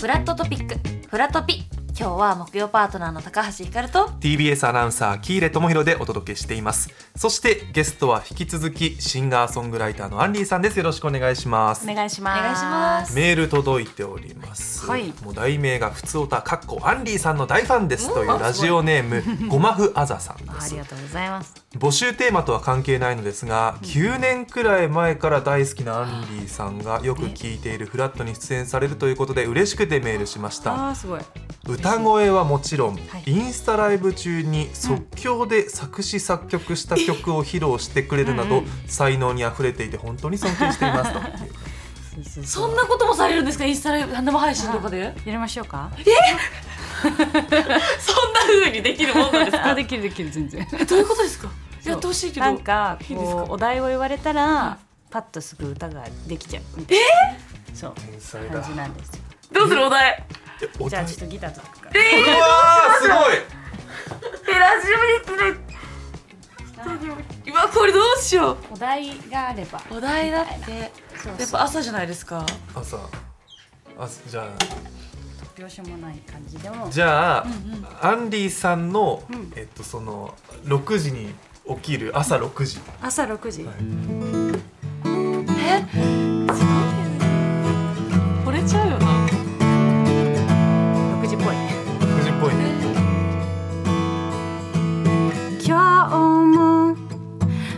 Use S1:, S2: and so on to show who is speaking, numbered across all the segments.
S1: フラットトピックフラトピ今日は木曜パートナーの高橋ひかると
S2: TBS アナウンサー喜入智弘でお届けしていますそしてゲストは引き続きシンガーソングライターのアンリーさんですよろしくお願いします
S3: お願いします。
S1: お願いします
S2: メール届いております、
S3: はい
S2: もう題名が「ふつおた」かっこアンリーさんの大ファンですというラジオネームごまふあざさんで
S3: あ
S2: す
S3: りがとうございます。
S2: 募集テーマとは関係ないのですが、9年くらい前から大好きなアンリーさんがよく聴いている「フラットに出演されるということで嬉しくてメールしました
S3: あーすごい。
S2: 歌声はもちろん、
S3: い
S2: インスタライブ中に即興で作詞作曲した曲を披露してくれるなど、
S3: うんうん
S2: 才能にあふれていて本当に尊敬していますと
S1: そんなこともされるんですかインスタライブ生配信とかで
S3: やりましょうか。
S1: そんな風にできるもんなんです
S3: あ
S1: か
S3: できるできる全然。
S1: えどういうことですか
S3: そう
S1: やってほしいけど
S3: なんか
S1: いいですか
S3: こうお題を言われたらパッとすぐ歌ができちゃうみたいな。 そう
S2: 天才だ
S3: 感じなんですよ。
S1: どうするお題
S2: お
S3: じゃあ
S2: 互い
S3: ちょっとギターとか。
S2: うわーすごい
S1: えラジオに今これどうしよ
S3: お題があれば。
S1: うお題だってや
S3: そう
S1: っぱ朝じゃないですか
S2: 朝あじゃあ
S3: 表紙もない感じでも。
S2: じゃあ、
S1: ん
S2: アンリーさんの、
S3: うん
S2: えっとその6時に起きる朝6時、
S3: 朝6時。
S1: えすごいよね惚れちゃうよな
S3: 6時っぽい。
S2: 6時っぽいね
S3: 今日も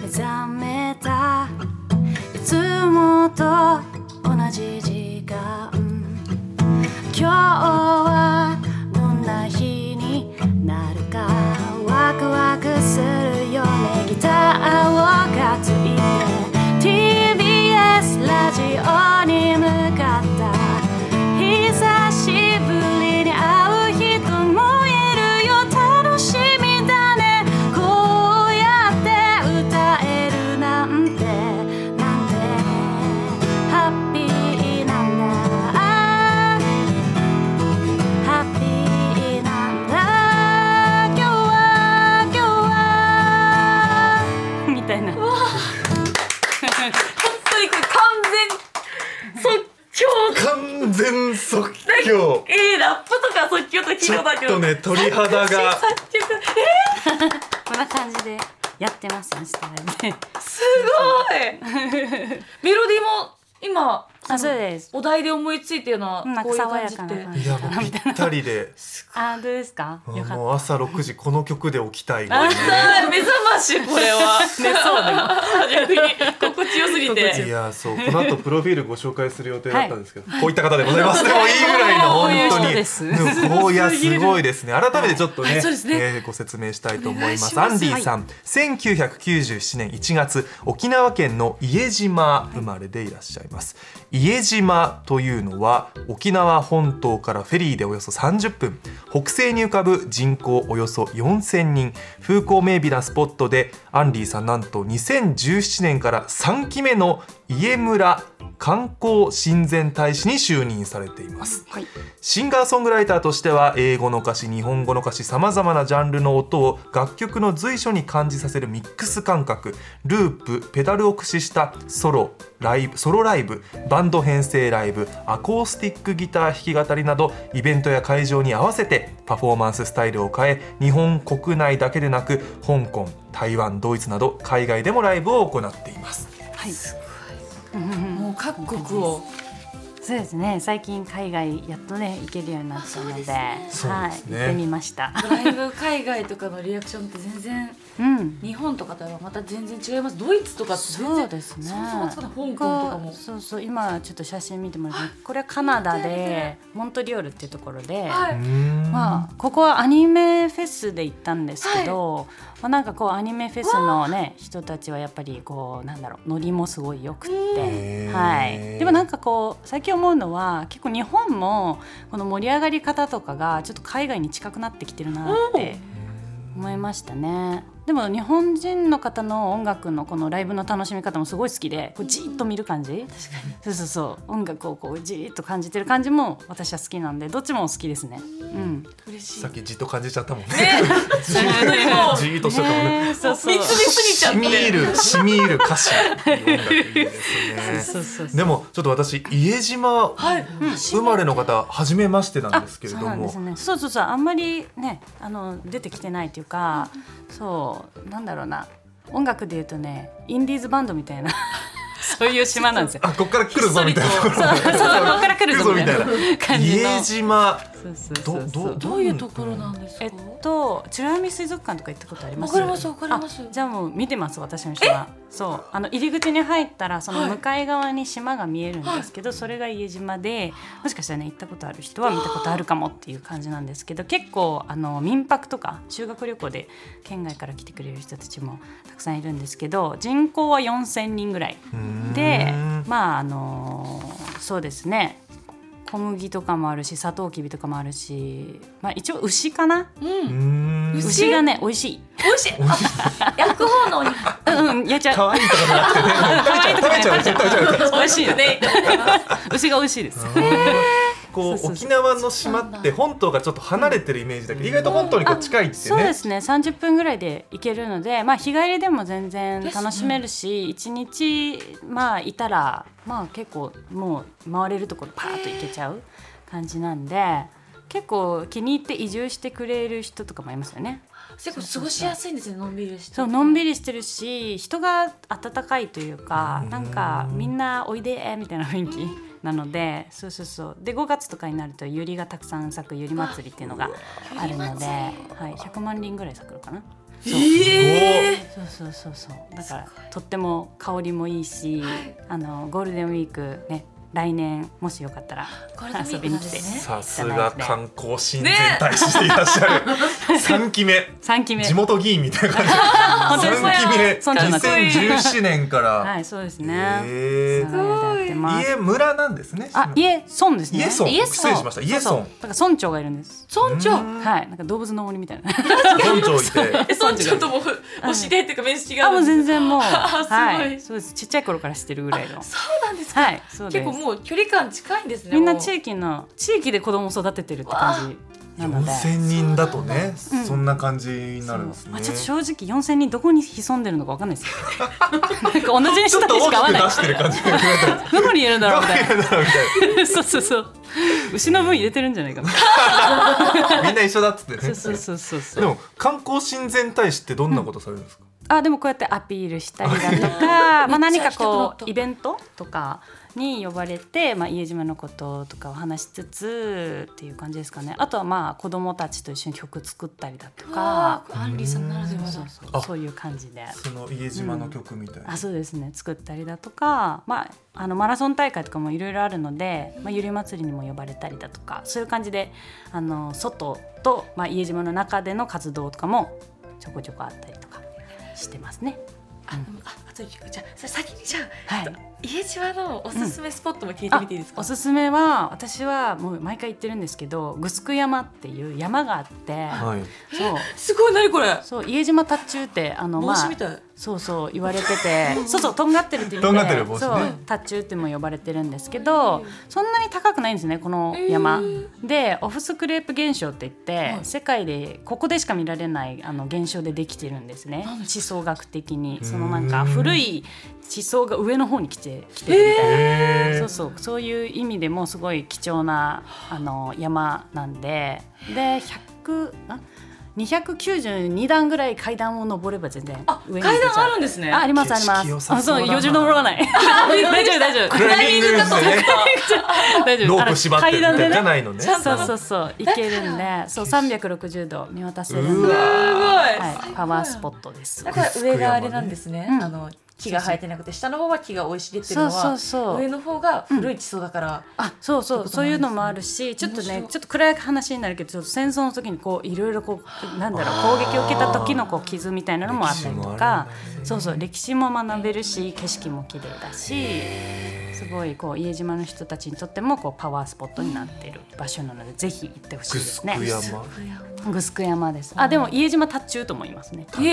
S3: 目覚めたいつもと同じ時間今日はどんな日になるかワクワクするよねギターを担いで TBS ラジオに向かった久しぶりに会う人もいるよ楽しみだねこうやって歌えるなんてなんてハッピーなんだハッピーなんだ今日は今日はみたいな
S1: 本当にこれ完全即興
S2: 完全即 興
S1: えー、ラップとか即興とか聞
S2: ち
S1: い
S2: ょ
S1: たことあ
S2: っ
S1: るけど
S2: とね鳥 肌が
S1: 作曲
S3: こんな感じでやってますインスタラ イブ
S1: すごいメロディーも今
S3: あそうです
S1: お題で思いついたような
S3: なん
S1: こういう
S3: か爽
S1: 感
S3: や
S1: じ
S3: か
S1: っ
S3: な
S1: て
S3: 感
S2: い
S3: じ
S2: やもうぴったりで
S3: あどうですか
S2: あ
S3: よかっ
S2: もう朝6時この曲で起きたいぐらいね
S1: あー 目覚ましこれは寝そうだ逆に心地よすぎ
S2: い
S1: て
S2: やそうこの後プロフィールご紹介する予定だったんですけど、こういった方でございますでもいいぐらいの
S3: こういう
S2: 本
S3: 人
S2: 当に
S3: です
S2: でもこういやすごいですね改めてちょっとね,、
S1: はいそうですね
S2: えーご説明したいと思います
S1: お願いします
S2: アンディさん、1997年1月沖縄県の家島生まれでいらっしゃいます、家島というのは沖縄本島からフェリーでおよそ30分北西に浮かぶ人口およそ4000人風光明媚なスポットでアンディさんなんと2017年から3期目の家村観光親善大使に就任されています
S3: はい
S2: シンガーソングライターとしては英語の歌詞日本語の歌詞さまざまなジャンルの音を楽曲の随所に感じさせるミックス感覚ループペダルを駆使したソロライブソロライブバンド編成ライブアコースティックギター弾き語りなどイベントや会場に合わせてパフォーマンススタイルを変え日本国内だけでなく香港台湾ドイツなど海外でもライブを行っています。
S3: はい
S1: もう各国を
S3: そうですね最近海外やっとね行けるようになったの
S1: あそ
S3: で
S1: うですね
S2: そう
S3: は
S2: です
S3: い、
S2: ね
S3: 行ってみました
S1: ライブ海外とかのリアクションって全然
S3: うん
S1: 日本とかとはまた全然違いますドイツとかって全然
S3: そうですね
S1: そもそもそうだ香港とかも
S3: そうそう今ちょっと写真見てもらってこれはカナダ
S1: 見て
S3: でモントリオールっていうところで、
S1: は
S2: うー
S1: い
S2: ん
S3: まあ、ここはアニメフェスで行ったんですけど、まあ、なんかこうアニメフェスの、ね、人たちはやっぱりこうなんだろうノリもすごいよくって
S2: へ、ー
S3: はい、でもなんかこう最近思うのは結構日本もこの盛り上がり方とかがちょっと海外に近くなってきてるなって思いましたね。でも日本人の方の音楽のこのライブの楽しみ方もすごい好きでこうじーっと見る感じ、そうそうそう音楽をこうじーっと感じてる感じも私は好きなんでどっちも好きですね。うん、
S1: 嬉しい
S2: さっきじっと感じちゃったもんね。
S1: すごいもう
S2: じ じーっとしてたもんね。
S3: ねそ うそう
S1: 見つめすぎちゃっ
S2: してみ入る、しみ入る歌詞。いい音楽いいですね。
S3: そうそうそう
S2: でも、ちょっと私、家島
S1: はい、
S2: 生まれの方、初めましてなんですけれど
S3: あそうなん
S2: も
S3: です。ね、そうそうそうあんまりねあの出てきてないというか、そうなんだろうな音楽で言うとねインディーズバンドみた いなそういう島なんですよ。
S2: あ、こっから来るぞみたいな。
S1: ひっそりと
S3: そうそうそうここから来るぞみたいな
S2: 来るぞ
S3: 感じの。
S2: 家島。
S3: そうそうそ
S2: ど、
S3: うそう
S2: ど、
S1: どういうところなんですか
S3: えっと、美ら海水族館とか行ったことありま
S1: わ
S3: す。
S1: かりますわかります
S3: あじゃあもう見てます私の島。そうあの入り口に入ったらその
S1: はい
S3: 向かい側に島が見えるんですけど、それが家島で、もしかしたらね行ったことある人は見たことあるかもっていう感じなんですけど、結構あの民泊とか修学旅行で県外から来てくれる人たちもたくさんいるんですけど、人口は4000人ぐらい。で
S2: うん
S3: まああのそうですね小麦とかもあるしサトウキビとかもあるし、まあ、一応牛かな
S1: うん
S2: うーん。
S1: 牛
S3: 牛がね美味しい
S1: 美味しい。あ焼く方のお肉。
S3: うんうんやっちゃう
S2: 可愛いとかじゃなくてね。食べちゃう、絶対食べちゃう。
S3: 美味しいよね牛が美味しいです
S2: こ
S3: そう
S2: う
S3: そう
S2: 沖縄の島って本島がちょっと離れてるイメージだけど意外と本島にこう近いって
S3: そうで
S2: ね。
S3: すね30分ぐらいで行けるので、まあ、日帰りでも全然楽しめるし、一日、まあ、いたら、まあ、結構もう回れるところパーッと行けちゃう感じなんで結構気に入って移住してくれる人とかもいますよね。
S1: 結構過ごしやすいんですね。のんびりして。
S3: そうのんび
S1: り。
S3: りしてるし人が温かいというか
S2: うん
S3: なんかみんなおいでみたいな雰囲気なのでそうそうそうで5月とかになるとユリがたくさん咲くユリ祭りっていうのがあるので、はい、100万輪ぐらい咲くのかな。
S1: ええ。
S3: そうそうそうそうだからとっても香りもいいし、あのゴールデンウィークね来年もしよかったら
S1: ゴールデンウィー
S3: 遊
S1: ク
S3: び
S1: な
S3: に
S1: んで
S3: 来て
S1: すね
S2: さすが観光親善大使でいらっしゃる。三期目。
S3: 3期目
S2: 地元議員みたいな感じ。
S3: 本当ですね
S2: 三期目。
S3: 村長になって
S2: 2017年か
S3: は
S2: ら。
S3: いそうですね、
S2: えー
S3: 長い間やってます
S2: 家村なんですね。
S3: あ、家村ですね。
S2: 家村
S3: 村
S2: 失礼しました家村
S3: そうそうだから村長がいるんです。
S1: 村長。
S3: はい、なんか動物の森みたいな。
S2: 村長いて。
S1: え村長ともお知り合いっていうか面識が
S3: あ、
S1: あ
S3: も
S1: る
S3: うん
S1: です。
S3: 全然もう、
S1: あすごい
S3: はい、そうです。ちっちゃい頃からしてるぐらいの。
S1: そうなんですか。
S3: はい、そうで
S1: 結構
S3: す。
S1: もう距離感近いんですね。
S3: みんな地
S1: ち
S3: 域の地域で子供を育ててるって感じなので。
S2: 4000人だとね、
S3: うん
S2: そんな感じになるんです
S3: まあ、ちょっと
S2: ね。
S3: 正直4000人どこに潜んでるのかわかんないですよなんか同じ
S2: ち
S3: 人
S2: ょっと
S3: にしか
S2: 大きく
S3: 合わな
S2: 出
S3: い
S2: してる感じ。どう
S3: どこにいるんだろうみ たい
S2: やろうみたいな。
S3: なそうそうそう牛の分入れてるんじゃないかな
S2: みんな一緒だっつって
S3: そう
S2: ね。
S3: そうそうそうそ
S2: で
S3: う
S2: も観光親善大使ってどんなことされるんですか。
S3: あでもこうやってアピールしたりだとかまあ何か
S1: めっちゃ行きたくな
S3: こ
S1: った
S3: うイベントとかに呼ばれて、まあ、家島のこととかを話しつつっていう感じですかねあとはまあ子供たちと一緒に曲作ったりだと
S1: か。
S3: か
S1: アンリーさんならでは
S3: そ
S1: だ
S3: う。そ
S2: あ
S3: うそういう感じで。
S2: その家島の曲みたいな。
S3: あそうですね作ったりだとか、まあ、あのマラソン大会とかもいろいろあるので、まあ、ゆり祭りにも呼ばれたりだとかそういう感じであの外と、まあ、家島の中での活動とかもちょこちょこあったりとかしてますね。
S1: あ、ああとゆきこちゃん、それ先にじゃあ、
S3: はい
S1: えっと家島のおすすめスポットも聞いてみていいですか。
S3: おすすめは私はもう毎回行ってるんですけどグスク山っていう山があって、
S2: はい。
S3: そう
S1: すごい何これ。
S3: そう家島タッチューってあの
S1: 帽
S3: ま
S1: 子
S3: あ
S1: みたい。
S3: そうそう言われててそうそうとんがってるって意味で
S2: とんがってる帽子ね
S3: そうタッチューっても呼ばれてるんですけどそんなに高くないんですねこの山、
S1: えー
S3: でオフスクレープ現象って言って、
S1: はい
S3: 世界でここでしか見られないあの現象でできてるんですね
S1: なんで
S3: 地層学的に
S2: ん
S3: そのなんか古い地層が上の方に来て来てるみたいな。
S2: へ
S3: そうそうそういう意味でもすごい貴重なあの山なんでで100あ292段ぐらい階段を登れば全然
S1: あ、
S3: 上に行
S1: 階
S3: けちゃう
S1: 段あるんですね。
S3: あありますあり
S2: 景色
S3: ま
S2: 良
S3: す
S2: さ
S3: あ
S2: そうだ
S3: そう
S2: な
S3: 余裕登 らない大丈夫大丈
S2: ク
S3: 夫
S2: ライミングですね。
S3: 大丈夫
S2: ロープ縛ってるみ
S3: 階
S2: た
S3: 段
S2: い
S3: で
S2: なじゃ
S3: ね
S2: ないのね。
S3: そうそうそう行けるんでそう360度見渡せるん
S2: う
S3: で、
S2: わ
S1: すごい。
S3: はい、パワースポットです
S1: だから上があれなんですね。
S3: うん
S1: あの木が生えてなくて下の方は木が生い茂ってるの
S3: そう
S1: は
S3: そうそう
S1: 上の方が古い地層だから。
S3: あそうそうそういうのもあるしちょっと
S1: 面
S3: ね
S1: 白い
S3: ちょっと暗い話になるけどちょっと戦争の時にこういろいろこうなんだろう攻撃を受けた時のこう傷みたいなのもあったりとか
S2: 歴史もあるんだね
S3: そうそう歴史も学べるし景色も綺麗だしすごいこう家島の人たちにとってもこうパワースポットになっている場所なのでぜひ行ってほしい
S2: グ
S3: で
S2: ス
S3: す
S2: ク
S3: ね。
S2: 山。
S3: グスク山です。あ、でも家島タッチューとも言いますね。
S1: へ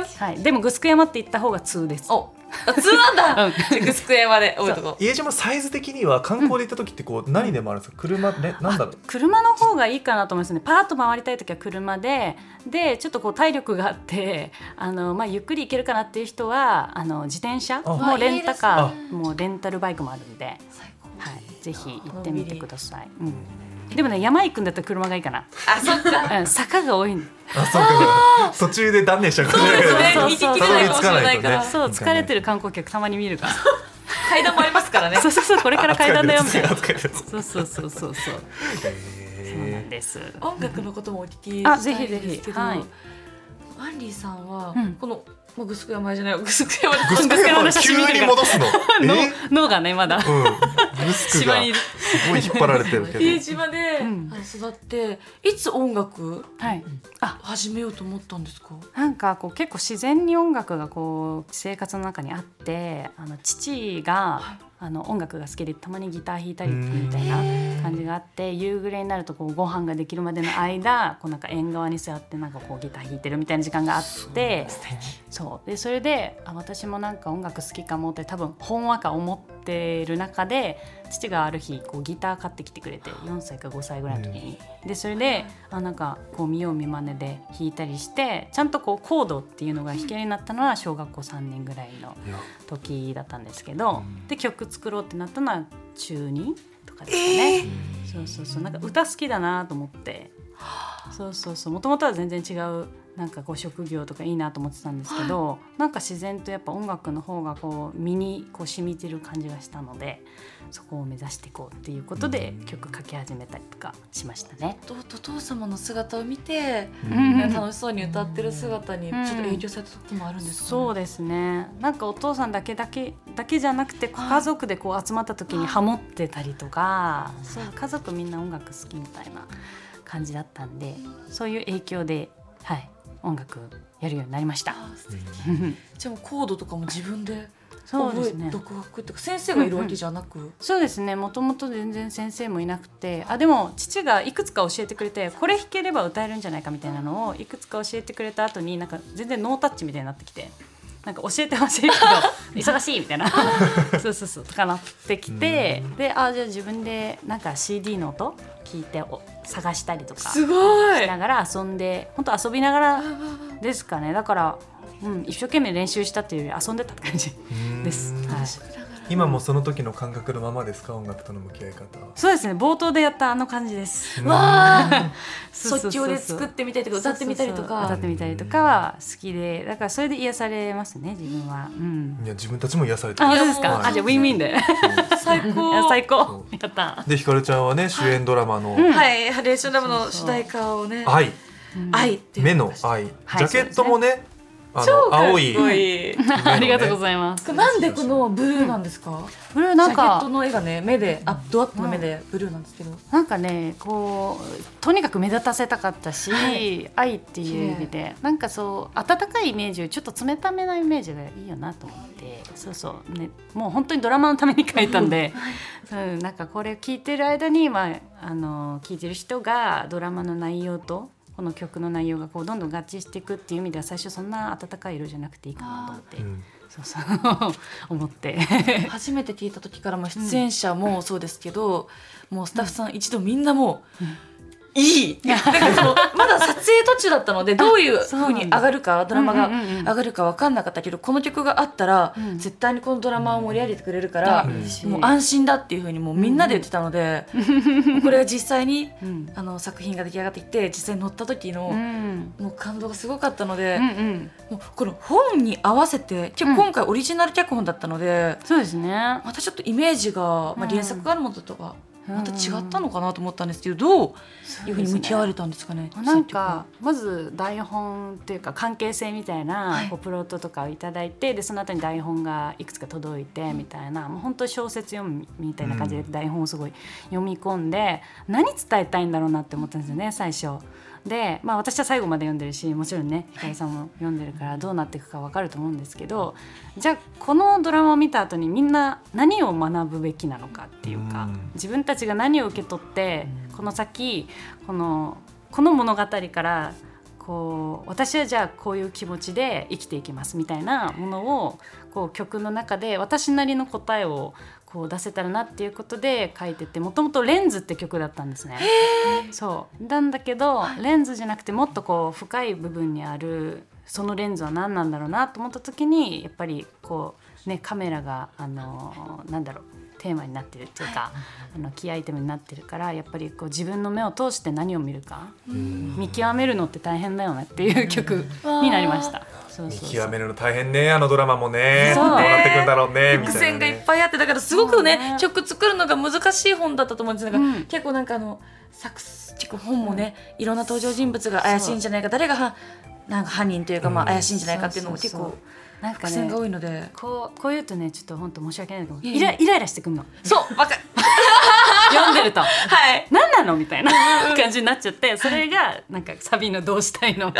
S1: え
S3: はい、でもグスク山って言った方が通です。
S1: おあ通なんだ、うん、グスクエま で多いとこ
S2: 家島サイズ的には観光で行った時ってこう何でもあるんですか車ねなんだろう
S3: 車の方がいいかなと思いますねパーッと回りたい時は車ででちょっとこう体力があってあの、まあ、ゆっくり行けるかなっていう人はあの自転車
S2: あ
S3: もうレンタカ
S2: あい
S3: ーもうレンタルバイクもあるんで、
S1: 最高
S3: はい、ぜひ行ってみてください、うん、でもね山行くんだったら車がいいかな、
S1: あそっか
S3: うん、坂が多いんで
S2: あそうか途中で断念しちゃうから
S1: そうです
S3: そ
S1: ね
S3: う
S1: 見てきれないかもしれないから、
S3: そう疲れてる観光客たまに見るから
S1: 階段もありますからね
S3: そうそうそうこれから階段だよみたいな
S2: 扱えてる扱
S3: そうそうそうそうそう
S2: えてる
S3: そうなんです、
S1: 音楽のこともお聞き
S3: あ
S1: したいん
S3: ぜひ
S1: ですけど、
S3: はい
S1: アンリーさんは、
S3: うん
S1: このまあグスク山じゃないグスク山
S2: グスク
S3: 山
S2: が
S3: の写
S2: 急
S3: 真見てる
S2: に戻すの
S3: 脳
S2: え
S3: 脳がねまだ
S2: うんグスクが
S3: 島にいる
S2: すごい引っ張られてるけど
S1: 家 島で、
S3: うん
S1: あの育っていつ音楽
S3: はいあ
S1: 始めようと思ったんですか
S3: なんかこう結構自然に音楽がこう生活の中にあってあの父があの音楽が好きでたまにギター弾いたりみたいな感じがあって夕暮れになるとこうご飯ができるまでの間こうなんか縁側に座ってなんかこうギター弾いてるみたいな時間があってそうでそれであ私もなんか音楽好きかもって多分ほんわか思ってる中で父がある日こうギター買ってきてくれて4歳か5歳ぐらいの時に、でそれであなんかこう見よう見まねで弾いたりしてちゃんとこうコードっていうのが弾けるようになったのは小学校3年ぐらいの
S2: いや
S3: 時だったんですけど、で曲作ろうってなったのは中2とかですかね、そうそうそうなんか歌好きだなと思ってそうそうそうもともとは全然違うなんかこう職業とかいいなと思ってたんですけど、なんか自然とやっぱ音楽の方がこう身にこう染みてる感じがしたのでそこを目指していこうっていうことで曲書き始めたりとかしましたね。
S1: お父お父様の姿を見て、
S3: うんうん
S1: 楽しそうに歌ってる姿にちょっと影響された時もあるんですか、ね
S3: そうですねなんかお父さんだけだけだけじゃなくてこう家族でこう集まった時にハモってたりとかそう家族みんな音楽好きみたいな感じだったんでそういう影響で、はい、音楽やるようになりました。
S1: あ素敵じゃあもうコードとかも自分で
S3: そうで
S1: 覚
S3: す
S1: え、
S3: ね
S1: 独学っていうか先生がいるわけじゃなく、
S3: そうですねもともと全然先生もいなくてあでも父がいくつか教えてくれてこれ弾ければ歌えるんじゃないかみたいなのをいくつか教えてくれた後になんか全然ノータッチみたいになってきてなんか教えてほしいけど忙しいみたいな そうそうそうとかなってきてであじゃあ自分でなんか CD の音聞いてお探したりとかし
S1: すごい
S3: ながら遊んで本当遊びながらですかねだから、うん、一生懸命練習したっていうより遊んでたって感じです。はい
S2: 今もその時の感覚のままですか音楽との向き合い方は
S3: そうですね冒頭でやったあの感じです。
S1: わあ
S3: そう
S1: 即
S3: そう
S1: 興
S3: そうそう
S1: で作ってみたりとか歌ってみたりと
S3: そうそうそう歌っ
S1: か
S3: てみたりとかは好きでだからそれで癒されますね自分は。うん。
S2: いや自分たちも癒されて
S3: あ
S2: る
S3: 本当です
S2: は
S3: か。
S2: い
S3: あじゃあウィンウィンで。
S1: 最
S3: いや
S1: 高
S3: 最高
S2: そ。
S3: やった。
S2: でひかるちゃんはね主演ドラマの
S1: はいハレーションラブの主題歌をね
S2: 愛
S1: 愛っていう
S2: 目の愛ジ
S3: はい
S2: ャケットもねあの青い
S1: すごい
S2: 目のね
S3: ありがとうございます。
S1: なんでこのブルーなんですか
S3: これなん
S1: ジャケット
S3: か
S1: の絵がね目であドアップの目でブルーなんですけど
S3: なんかねこうとにかく目立たせたかったし、
S1: はい
S3: 愛っていう意味でなんかそう温かいイメージよりちょっと冷ためなイメージがいいよなと思ってそうそうねもう本当にドラマのために書いたんで。 うん、なんかこれ聞いてる間に、まあ、あの聞いてる人がドラマの内容とこの曲の内容がこうどんどん合致していくっていう意味では最初そんな温かい色じゃなくていいかなと思って、
S2: ん
S3: そうそう 思って
S1: 初めて聞いた時からも出演者もそうですけど、もうスタッフさん一度みんなもう、いいなんかそのまだ撮影途中だったの でどういうふうに上がるかドラマ
S3: うん
S1: が
S3: うんうんうん
S1: 上がるか分かんなかったけどこの曲があったら、
S3: うん
S1: 絶対にこのドラマを盛り上げてくれるから、
S3: うん
S1: もう安心だっていうふうにもうみんなで言ってたので、これが実際に
S3: うん
S1: あの作品が出来上がってきて実際に乗った時
S3: うんう
S1: の、
S3: ん
S1: もう感動がすごかったので、
S3: うん
S1: もうこの本に合わせて結
S3: うん
S1: 構今回オリジナル脚本だったので。
S3: そうですね
S1: またちょっとイメージが、ま
S3: うん
S1: あ、原作があるものとか
S3: うん
S1: また違ったのかなと思ったんですけどどういうふうに向き合われたんですかね。
S3: なんかまず台本っていうか関係性みたいな
S1: はい
S3: こうプロットとかをいただいてでその後に台本がいくつか届いてみたいなもう本当小説読むみたいな感じで
S2: う
S3: 台本をすごい読み込んで何伝えたいんだろうなって思ったんですよね最初。で、まあ、私は最後まで読んでるしもちろんねひかりさんも読んでるからどうなっていくか分かると思うんですけどじゃあこのドラマを見た後にみんな何を学ぶべきなのかっていうか
S2: うん
S3: 自分たちが何を受け取ってこの先このこの物語からこう私はじゃあこういう気持ちで生きていきますみたいなものをこう曲の中で私なりの答えをこう出せたらなっていうことで書いててもともと「レンズ」って曲だったんですね。そうなんだけどレンズじゃなくてもっとこう深い部分にあるそのレンズは何なんだろうなと思った時にやっぱりこうねカメラがあのなんだろうテーマになってるっていうか、あのキーアイテムになってるからやっぱりこう自分の目を通して何を見るか見極めるのって大変だよねっていう曲になりました。そう
S2: 見
S3: そうそう
S2: 極めるの大変ねあのドラマもね
S3: そ
S2: ど
S3: う
S2: うなってくるんだろうねみ
S1: 伏
S2: たい
S1: 線
S2: な
S1: がいっ
S2: ね
S1: ぱいあってだからすごくね
S3: そうね
S1: 曲作るのが難しい本だったと思うんですよなんか、
S3: うん
S1: 結構なんかあの作詞結構本もね、いろんな登場人物が怪しいんじゃないか誰がはなんか犯人というかまあ
S2: うん
S1: 怪しいんじゃないかっていうのも結
S3: そう
S1: 構
S3: そうそうなんか
S1: 伏線
S3: ね
S1: が多いので
S3: こうこう言うとねちょっと本当申し訳ないけど
S1: いえいえ
S3: イライライラしてくんの
S1: そうわかる
S3: 読んでると
S1: はい
S3: 何なのみたいな感じになっちゃってそれがなんかサビの「どうしたいの」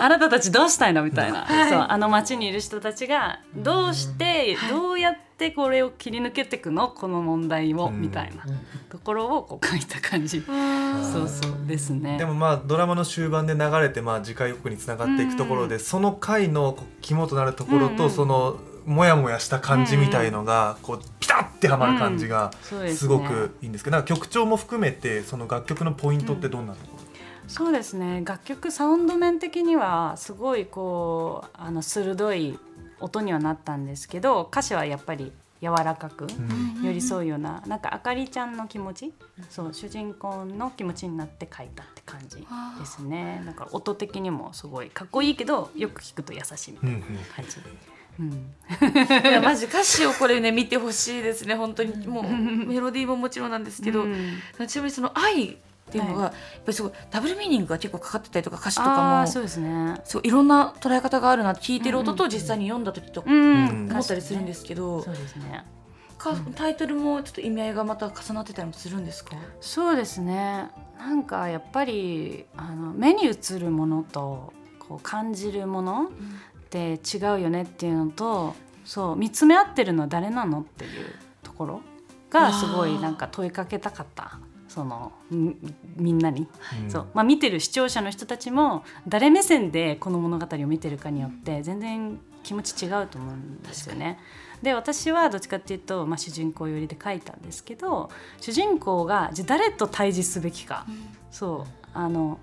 S3: あなたたちどうしたいのみたいな、そうあの街にいる人たちがどうして、どうやってこれを切り抜けていくのこの問題を、
S2: うん
S3: みたいなところをこう書いた感じ、そうそうですね。
S2: でもまあドラマの終盤で流れてまあ次回予告につながっていくところで、その回のこう肝となるところ
S3: うん
S2: と、
S3: うん
S2: そのモヤモヤした感じみたいのが、こうピタッてはまる感じが
S3: そうですね
S2: すごくいいんですけど、なんか曲調も含めてその楽曲のポイントってどんなところ、
S3: そうですね楽曲サウンド面的にはすごいこうあの鋭い音にはなったんですけど歌詞はやっぱり柔らかく
S2: うん
S3: 寄り添うようななんかあかりちゃんの気持ちそう主人公の気持ちになって書いたって感じですねなんか音的にもすごいかっこいいけどよく聞くと優しいみた
S2: う
S3: い
S2: んうん
S3: な感じ、うん、
S1: いやマジ歌詞をこれね見てほしいですね本当にも うメロディーももちろんなんですけど、
S3: うん
S1: ちなみにその愛っていうのが、
S3: は
S1: やっぱりすごいダブルミーニングが結構かかってたりとか歌詞とか
S3: あ
S1: も
S3: ーそうですね
S1: そういろんな捉え方があるなって聞いてる音
S3: う
S1: と
S3: ん
S1: 実際に読んだ時と
S3: うん
S2: うん
S1: 思ったりするんですけど、
S3: そうですね
S1: かタイトルもちょっと意味合いがまた重なってたりもするんですか、
S3: そうですねなんかやっぱりあの目に映るものとこう感じるものって違うよねっていうのとそう見つめ合ってるのは誰なのっていうところがすごいなんか問いかけたかったそのみみんなに、
S2: うん
S3: そうまあ、見てる視聴者の人たちも誰目線でこの物語を見てるかによって全然気持ち違うと思うんですよね。で私はどっちかっていうと、まあ、主人公寄りで書いたんですけど主人公がじゃあ誰と対峙すべきか、そうあの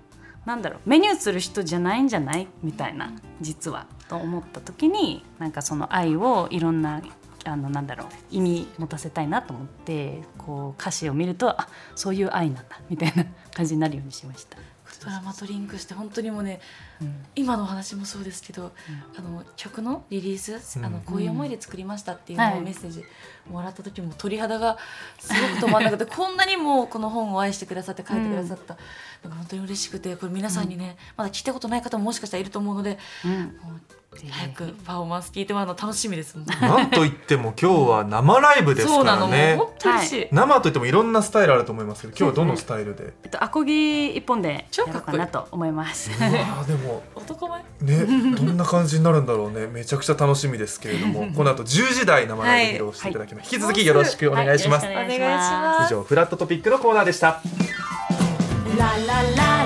S3: なんだろうメニューする人じゃないんじゃないみたいな実はと思った時になんかその愛をいろんなあのなんだろう意味持たせたいなと思ってこう歌詞を見るとあそういう愛なんだみたいな 感じになるようにしました。
S1: ドラマとリンクして本当にもうね
S3: うん
S1: 今のお話もそうですけど、あの曲のリリース、
S2: うん
S1: あのこういう思いで作りましたっていうの
S3: は
S1: を
S3: い
S1: メッセージもらった時も鳥肌がすごく止まらなくてこんなにもこの本を愛してくださって書いてくださった、なんか本当に嬉しくてこれ皆さんにね、まだ聞いたことない方ももしかしたらいると思うので
S3: うん
S1: もう
S3: ぜひ
S1: 早くパフォーマンス聞いてもらうの楽しみですもん
S2: なんといっても今日は生ライブです
S1: そうな
S2: から
S1: のもう
S2: ね
S1: 本当に嬉しい、
S2: 生といってもいろんなスタイルあると思いますけど今日はどのスタイ ルで
S3: えっと、アコギ一本で
S1: 超か
S3: やろ
S1: っ
S3: う
S1: こ
S3: か
S1: いい
S3: なと思います。
S2: うわーでも
S1: 男前
S2: ね、どんな感じになるんだろうね、めちゃくちゃ楽しみですけれども、この後10時台生ライブ披露していただきます。引き続きよろしくお願いします。
S3: はいよろ
S1: お
S3: お
S1: 願
S3: 願
S1: い
S3: い
S1: し
S3: し
S1: ま
S3: ますす
S2: 以上、フラットトピックのコーナーでした。
S4: ラララ